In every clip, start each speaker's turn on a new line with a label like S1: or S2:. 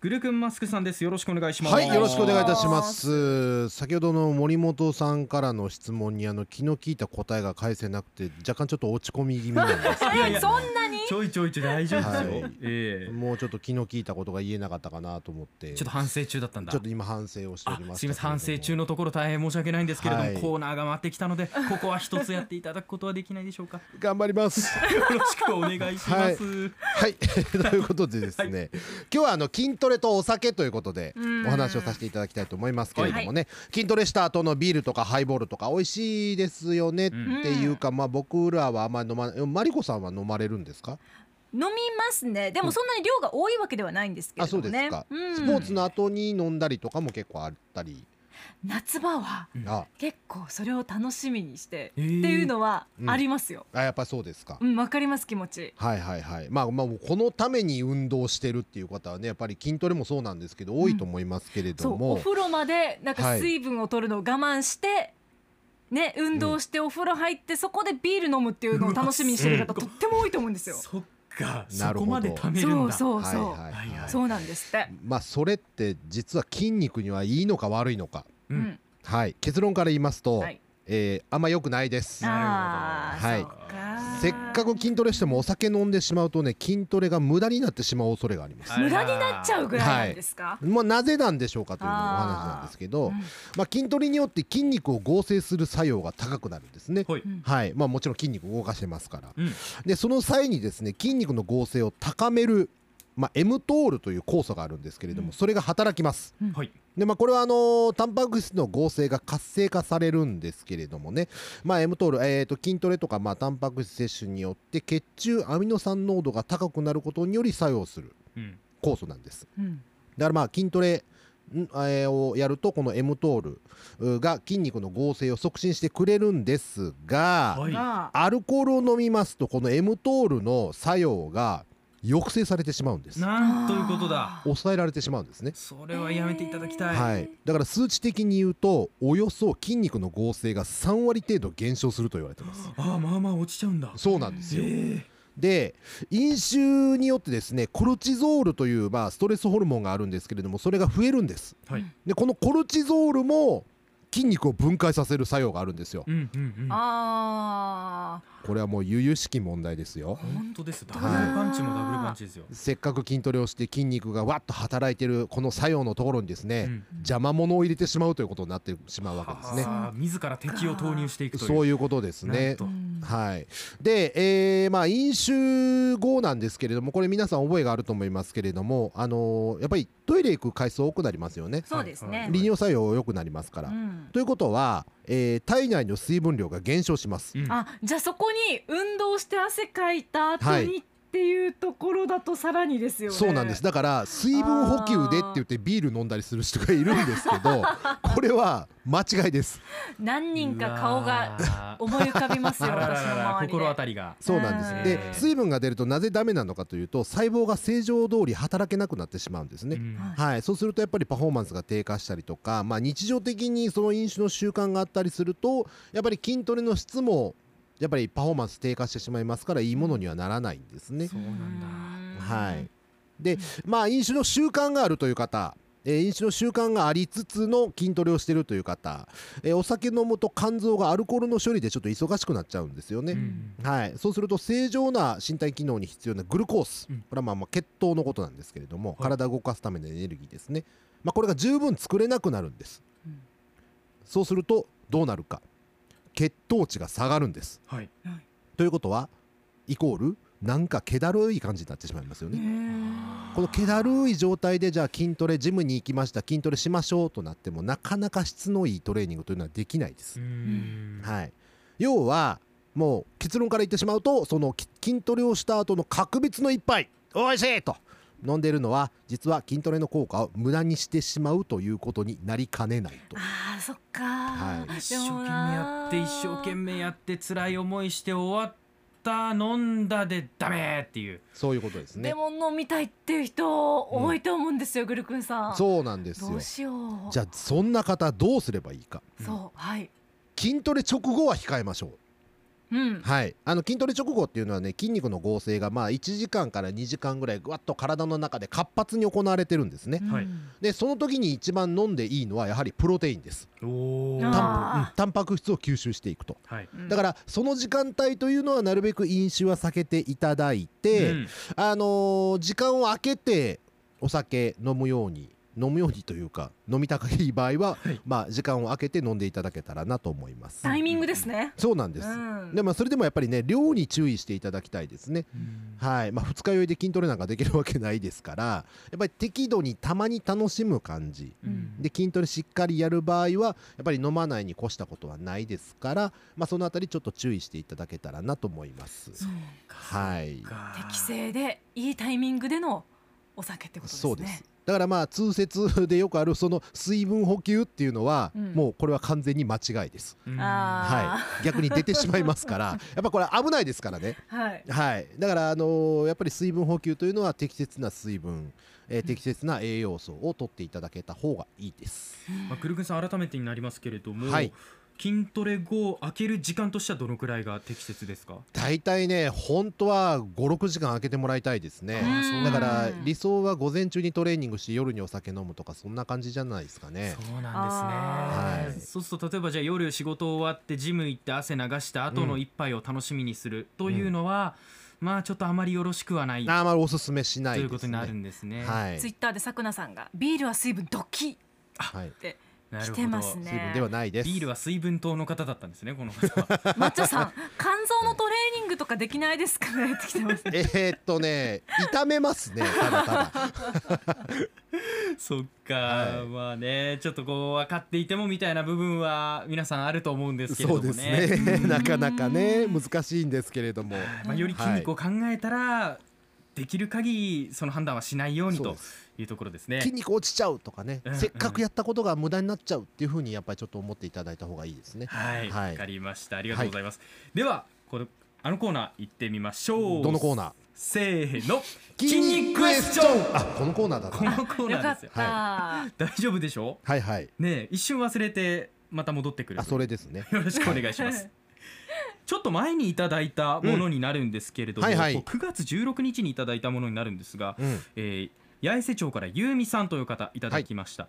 S1: グルクンマスクさんです。よろしくお願いします。
S2: はい、よろしくお願いいたします。先ほどの森本さんからの質問にあの気の利いた答えが返せなくて若干ちょっと落ち込み気味なんですけ
S1: いやいや
S2: れど
S1: そ
S2: も
S3: んなに
S1: ちょいちょいちょい大丈夫ですよ。
S2: はい
S1: え え
S2: もうちょっと気の利いたことが言えなかったかなと思って、
S1: ちょっと反省中だったんだ。
S2: ちょっと今反省をしてお
S1: あ
S2: ります
S1: いません反省中のところ大変申し訳ないんですけれども、
S2: はい
S1: コーナーが回ってきたのでここは一つやっていただくことはできないでしょうか
S2: 頑張ります。
S1: よろしくお願いします、
S2: はい、ということでですね、今日はあの筋トレとお酒ということでお話をさせていただきたいと思いますけれどもね、筋トレした後のビールとかハイボールとか美味しいですよねっていうか、まあ僕らはあんまり飲まないマリコさんは飲まれるんですか
S3: 飲みますねでもそんなに量が多いわけではないんですけ
S2: あ
S3: れ
S2: そ
S3: ど
S2: う
S3: も
S2: です
S3: ね
S2: か、
S3: うん
S2: スポーツの後に飲んだりとかも結構あったり、
S3: 夏場は
S1: うん
S2: あ
S3: 結構それを楽しみにして、
S1: へー
S3: っていうのはありますよ、
S2: あやっぱそうですか、
S3: うんわかります気持ち
S2: はいはいはいまあまあこのために運動してるっていう方はねやっぱり筋トレもそうなんですけど多いと思いますけれ
S3: そ
S2: ど
S3: うお
S2: も、
S3: 風呂までな
S2: は
S3: んか
S2: い
S3: 水分を取るのを我慢して、ね運動してお風呂入ってそこでビール飲むっていうのを楽しみにしてる方
S1: うわ
S3: とっても多いと思うんですよ。
S1: そっか
S2: な
S1: そ
S2: るほど
S1: こまで貯める
S3: そ
S1: ん
S3: う
S1: だ
S3: そう
S2: は
S3: そ、
S2: いうはいはい、
S1: はいはい
S3: そうなんですって。
S2: まあそれって実は筋肉にはいいのか悪いのか
S1: う
S3: うんん、
S2: はい結論から言いますと、
S3: はい。
S2: えーあんま良くないです
S1: あ
S3: ああー、
S2: はい
S3: そっか。
S2: せっかく筋トレしてもお酒飲んでしまうとね筋トレが無駄になってしまう恐れがあります
S1: あ
S3: 無駄になっちゃうぐらいなんですか。
S2: まあ、なぜなんでしょうかというのがお話なんですけど
S3: うん
S2: まあ、筋トレによって筋肉を合成する作用が高くなるんですね
S1: ほい
S3: うん
S2: はいまあ、もちろん筋肉を動かしてますから
S1: うん
S2: でその際にですね筋肉の合成を高める、まあ、M トールという酵素があるんですけれども、
S1: うん
S2: それが働きます
S1: はい
S2: でまあ、これはあのータンパク質の合成が活性化されるんですけれどもね、まあ、M トール、えー、と筋トレとか、まあ、タンパク質摂取によって血中アミノ酸濃度が高くなることにより作用する
S1: うん
S2: 酵素なんです
S3: うん
S2: だからまあ筋トレんえーをやるとこの M トールうが筋肉の合成を促進してくれるんですが、
S1: はい
S3: が
S2: アルコールを飲みますとこの M トールの作用が抑制されてしまうんです
S1: なんということだ。
S2: 抑えられてしまうんですね
S1: それはやめていただきたい、
S2: はい、だから数値的に言うとおよそ筋肉の合成が3割程度減少すると言われてます
S1: ああまあまあ落ちちゃうんだ
S2: そうなんですよ
S1: え
S2: で飲酒によってですねコルチゾールという、まあ、ストレスホルモンがあるんですけれどもそれが増えるんです
S1: えはい
S2: でこのコルチゾールも筋肉を分解させる作用があるんですよ
S1: うんうんうん
S3: あ
S2: これはもう悠々しき問題ですよ
S1: 本当ですダブ
S2: 当
S1: ル
S2: だ
S1: パンチもダブルパンチですよ、
S2: せっかく筋トレをして筋肉がわっと働いてるこの作用のところにですね、
S1: うん
S2: 邪魔者を入れてしまうということになってしまうわけですね
S1: あー自ら敵を投入していくという
S2: そういうことです
S1: なん
S2: ね
S3: ー
S1: と
S3: うん
S2: はい、で、えーまあ、飲酒後なんですけれどもこれ皆さん覚えがあると思いますけれども、あのーやっぱりトイレ行く回数多くなりますよね
S3: そうです
S1: は
S3: ね
S1: い。
S2: 利尿作用良くなりますから、
S3: うん
S2: ということは、えー体内の水分量が減少します、
S1: うん
S3: あ、じゃあそこに運動して汗かいた後
S2: はい
S3: にっていうところだとさらにですよね。
S2: そうなんです。だから水分補給でって言ってビール飲んだりする人がいるんですけどこれは間違いです
S3: 何人か顔が
S1: うわー
S3: 思い浮かびま すよ
S1: あらら
S3: 私の
S1: らら
S3: 周りで。
S1: 心当たりが
S2: そうなんです、
S3: うん
S2: で水分が出るとなぜダメなのかというと細胞が正常通り働けなくなってしまうんですね、
S1: うん
S3: はい
S2: はい、そうするとやっぱりパフォーマンスが低下したりとか、まあ、日常的にその飲酒の習慣があったりするとやっぱり筋トレの質もやっぱりパフォーマンス低下してしまいますからいいものにはならないんですね。
S1: そうなんだ
S2: はい、で、まあ、飲酒の習慣があるという方、えー飲酒の習慣がありつつの筋トレをしてるという方、えーお酒飲むと肝臓がアルコールの処理でちょっと忙しくなっちゃうんですよね。
S1: うん
S2: はい、そうすると正常な身体機能に必要なグルコース、
S1: うん
S2: これはまあまあ血糖のことなんですけれども、
S1: はい
S2: 体を動かすためのエネルギーですね、まあ、これが十分作れなくなるんです、
S3: うん
S2: そうするとどうなるか血糖値が下がるんです
S1: はい
S2: ということはイコールなんか気だるい感じになってしまいますよね、この気だるい状態でじゃあ筋トレジムに行きました筋トレしましょうとなってもなかなか質のいいトレーニングというのはできないです
S1: うん
S2: はい、要はもう結論から言ってしまうとそのき筋トレをした後の格別の一杯おいしいと飲んでるのは実は筋トレの効果を無駄にしてしまうということになりかねないと。
S3: あーそっか、
S2: はい
S1: 一生懸命やって一生懸命やって辛い思いして終わった飲んだでダメっていう
S2: そういうことです
S3: で
S2: ね。
S3: も飲みたいっていう人多いと思うんですよ、グルクンさん
S2: そうなんです
S3: ど
S2: よ
S3: う。しよう
S2: じゃあそんな方どうすればいいか。
S3: そうはい
S2: 筋トレ直後は控えましょう。
S3: うん
S2: はい、あの筋トレ直後っていうのはね筋肉の合成がまあ1時間から2時間ぐらいぐわっと体の中で活発に行われてるんですね、
S1: はい
S2: でその時に一番飲んでいいのはやはりプロテインです
S1: おお。
S3: あー
S2: タン,、うんタンパク質を吸収していくと
S1: はい。
S3: うん
S2: だからその時間帯というのはなるべく飲酒は避けていただいて、
S1: うん
S2: あのー時間を空けてお酒飲むように飲むようにというか飲みたくいい場合は、
S1: はい
S2: まあ時間を空けて飲んでいただけたらなと思います
S3: タイミングですね。
S2: そうなんです、
S3: うん
S2: でまあそれでもやっぱりね量に注意していただきたいですねはいまあ、二日酔いで筋トレなんかできるわけないですからやっぱり適度にたまに楽しむ感じ
S1: うん
S2: で筋トレしっかりやる場合はやっぱり飲まないに越したことはないですから、まあ、そのあたりちょっと注意していただけたらなと思います。はい
S1: か
S3: 適正でいいタイミングでのお酒ってことです
S2: そ
S3: ね。
S2: うですだからまあ通説でよくあるその水分補給っていうのは、
S3: うん
S2: もうこれは完全に間違いです、
S1: うん
S3: あ
S2: はい、逆に出てしまいます からやっぱこれ危ないですからね
S3: あ、はい。
S2: はい、だから、あのーやっぱり水分補給というのは適切な水分、えー適切な栄養素を取っていただけた方がいいです。
S1: まあ、ぐるぐんさん改めてになりますけれども、
S2: はい
S1: 筋トレ後開ける時間としてはどのくらいが適切ですか、
S2: 大体ね本当は56時間空けてもらいたいですね
S1: あーそう
S2: だから
S3: うん
S2: 理想は午前中にトレーニングして夜にお酒飲むとかそんな感じじゃないですかね
S1: そうなんですね、
S2: はい
S1: そうすると例えばじゃあ夜仕事終わってジム行って汗流した後の一杯を楽しみにするというのは、まあちょっとあまりよろしくはない
S2: あーまあおすすめしな
S1: と
S2: い
S1: い
S2: で
S1: うこ
S2: すね
S1: とになるんですね。
S2: はい、
S3: ツイッターでさくなさんがビールは水分ドキッ
S2: はい、
S1: なる
S3: し
S1: ほ
S3: て
S1: ど
S3: ます
S2: 水分
S3: ね
S2: で。はないです
S1: ビールは水分糖の方だったんですねこの方 は。
S3: 抹茶さん、肝臓のトレーニングとかできないですかねってきてます。
S2: えー、っとね痛めますねただただ
S1: そっか、
S2: はい
S1: まあねちょっとこう分かっていてもみたいな部分は皆さんあると思うん ですけれ
S2: そ
S1: ど
S2: う
S1: もね。
S2: ですね なかなかね
S3: うん
S2: 難しいんですけれども
S1: まあ、より筋肉を考えたら、できる限りその判断はしないように
S2: そう
S1: と
S2: です
S1: いうところですね。
S2: 筋肉落ちちゃうとかね、
S1: うん
S2: せっかくやったことが無駄になっちゃうっていうふうにやっぱりちょっと思っていただいた方がいいですね。
S1: はい、わ、
S2: はい
S1: かりました。ありがとうございます。では、このあのコーナー行ってみましょう。
S2: どのコーナー
S1: せーの、
S2: ンあこのコーナーだ
S1: この
S2: な。
S1: コー
S3: よ
S1: ナ
S3: か
S1: ー
S3: っ
S1: ですよ。
S3: た。
S1: 大丈夫でしょ
S2: はいはい。
S1: う。ねえ、一瞬忘れてまた戻ってくる。
S2: あそれですね。
S1: よろしくお願いします。ちょっと前にいただいたものになるんですけれども、
S2: うんはいはい
S1: こう9月16日にいただいたものになるんですが、
S2: うん
S1: えー八重瀬町からゆうみさんという方いただきました、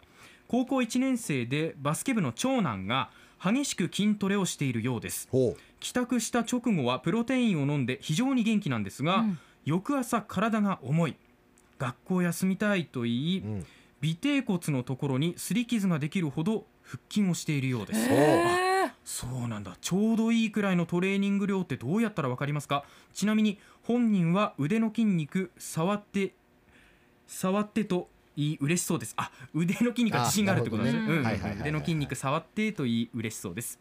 S1: 高校1年生でバスケ部の長男が激しく筋トレをしているようです
S2: ほ。
S1: 帰宅した直後はプロテインを飲んで非常に元気なんですが、
S3: うん
S1: 翌朝体が重い学校休みたいと言いう
S2: うん。
S1: 尾低骨のところに擦り傷ができるほど腹筋をしているようです、
S2: おー
S3: えー
S1: そうなんだちょうどいいくらいのトレーニング量ってどうやったらわかりますかちなみに本人は腕の筋肉触って触ってと言い嬉しそうですあ腕の筋肉は自信があるってことなんですね
S3: あなるほ
S1: うん
S3: どね
S2: はいはいはいはい
S1: 腕の筋肉触ってと言い嬉しそうです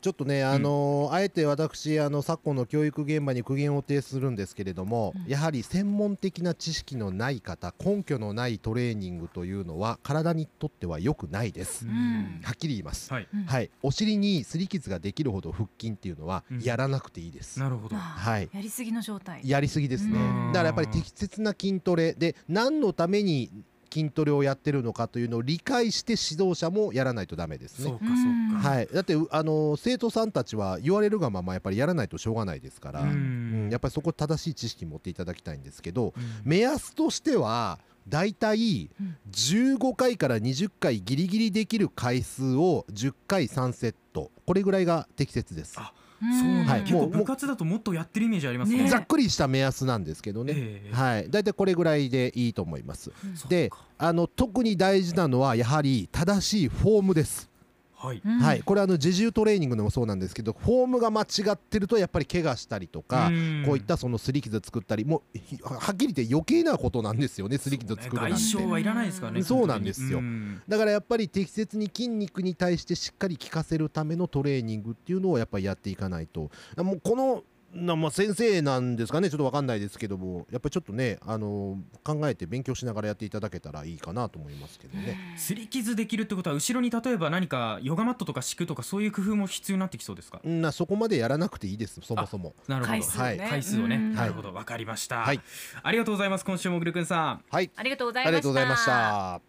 S2: ちょっとね、あのーあえて私あの昨今の教育現場に苦言を呈するんですけれども、やはり専門的な知識のない方根拠のないトレーニングというのは体にとっては良くないです、
S3: ん
S2: はっきり言います、
S1: はい
S3: うん
S2: はい、お尻に擦り傷ができるほど腹筋っていうのは
S1: うん
S2: やらなくていいです、
S1: なるほど
S3: あー
S2: はい
S3: やりすぎの状態。
S2: やりすぎですね
S1: うん
S2: だからやっぱり適切な筋トレで何のために筋トレをやってるのかというのを理解して指導者もやらないとダメです
S1: そう
S2: ね
S1: かそうか
S2: はい、だってうあの生徒さんたちは言われるがままやっぱりやらないとしょうがないですから、
S1: う
S2: うん
S1: ん
S2: やっぱりそこ正しい知識持っていただきたいんですけど
S1: うん
S2: 目安としてはだいたい
S3: うん
S2: 15回から20回ギリギリできる回数を10回3セットこれぐらいが適切です
S1: あ
S3: ん
S1: そうなんだ
S2: はい
S1: 結
S2: も
S1: 構
S2: う
S1: 部活だともっとやってるイメージありますね
S3: ね
S2: ざっくりした目安なんですけどね、
S1: ええ
S2: はい、大体これぐらいでいいと思います。
S3: うん
S1: そっか
S2: であの特に大事なのはやはり正しいフォームです、
S1: はい
S3: うん
S2: はい、これあの自重トレーニングでもそうなんですけどフォームが間違ってるとやっぱり怪我したりとか、
S1: ん
S2: こういったその擦り傷作ったりもうひはっきり言って余計なことなんですよね擦り傷作るなんて
S1: 外。傷はいらないですからね
S2: そうなんですよ
S1: うん
S2: だからやっぱり適切に筋肉に対してしっかり効かせるためのトレーニングっていうのをやっぱりやっていかないともうこのなまあ、先生なんですかねちょっとわかんないですけどもやっぱりちょっとね、あの考えて勉強しながらやっていただけたらいいかなと思いますけどね。
S1: 擦り傷できるってことは後ろに例えば何かヨガマットとか敷くとかそういう工夫も必要になってきそうですか
S2: うんなそこまでやらなくていいですそもそも
S1: なるほど
S3: 回数をね。
S1: 回数をね、
S3: うん
S1: なるほどわかりました、
S2: はい
S1: ありがとうございます今週もぐるくんさん
S2: はい
S3: ありがとうござ
S2: あ
S3: いまし
S2: りがと
S3: た。
S2: うございました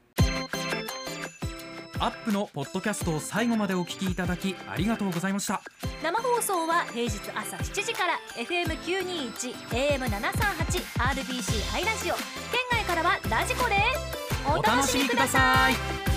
S1: アップのポッドキャストを最後までお聞きいただきありがとうございました
S3: 生放送は平日朝7時から FM921 AM738 RBC ハイラジオ県外からはラジコですお楽しみください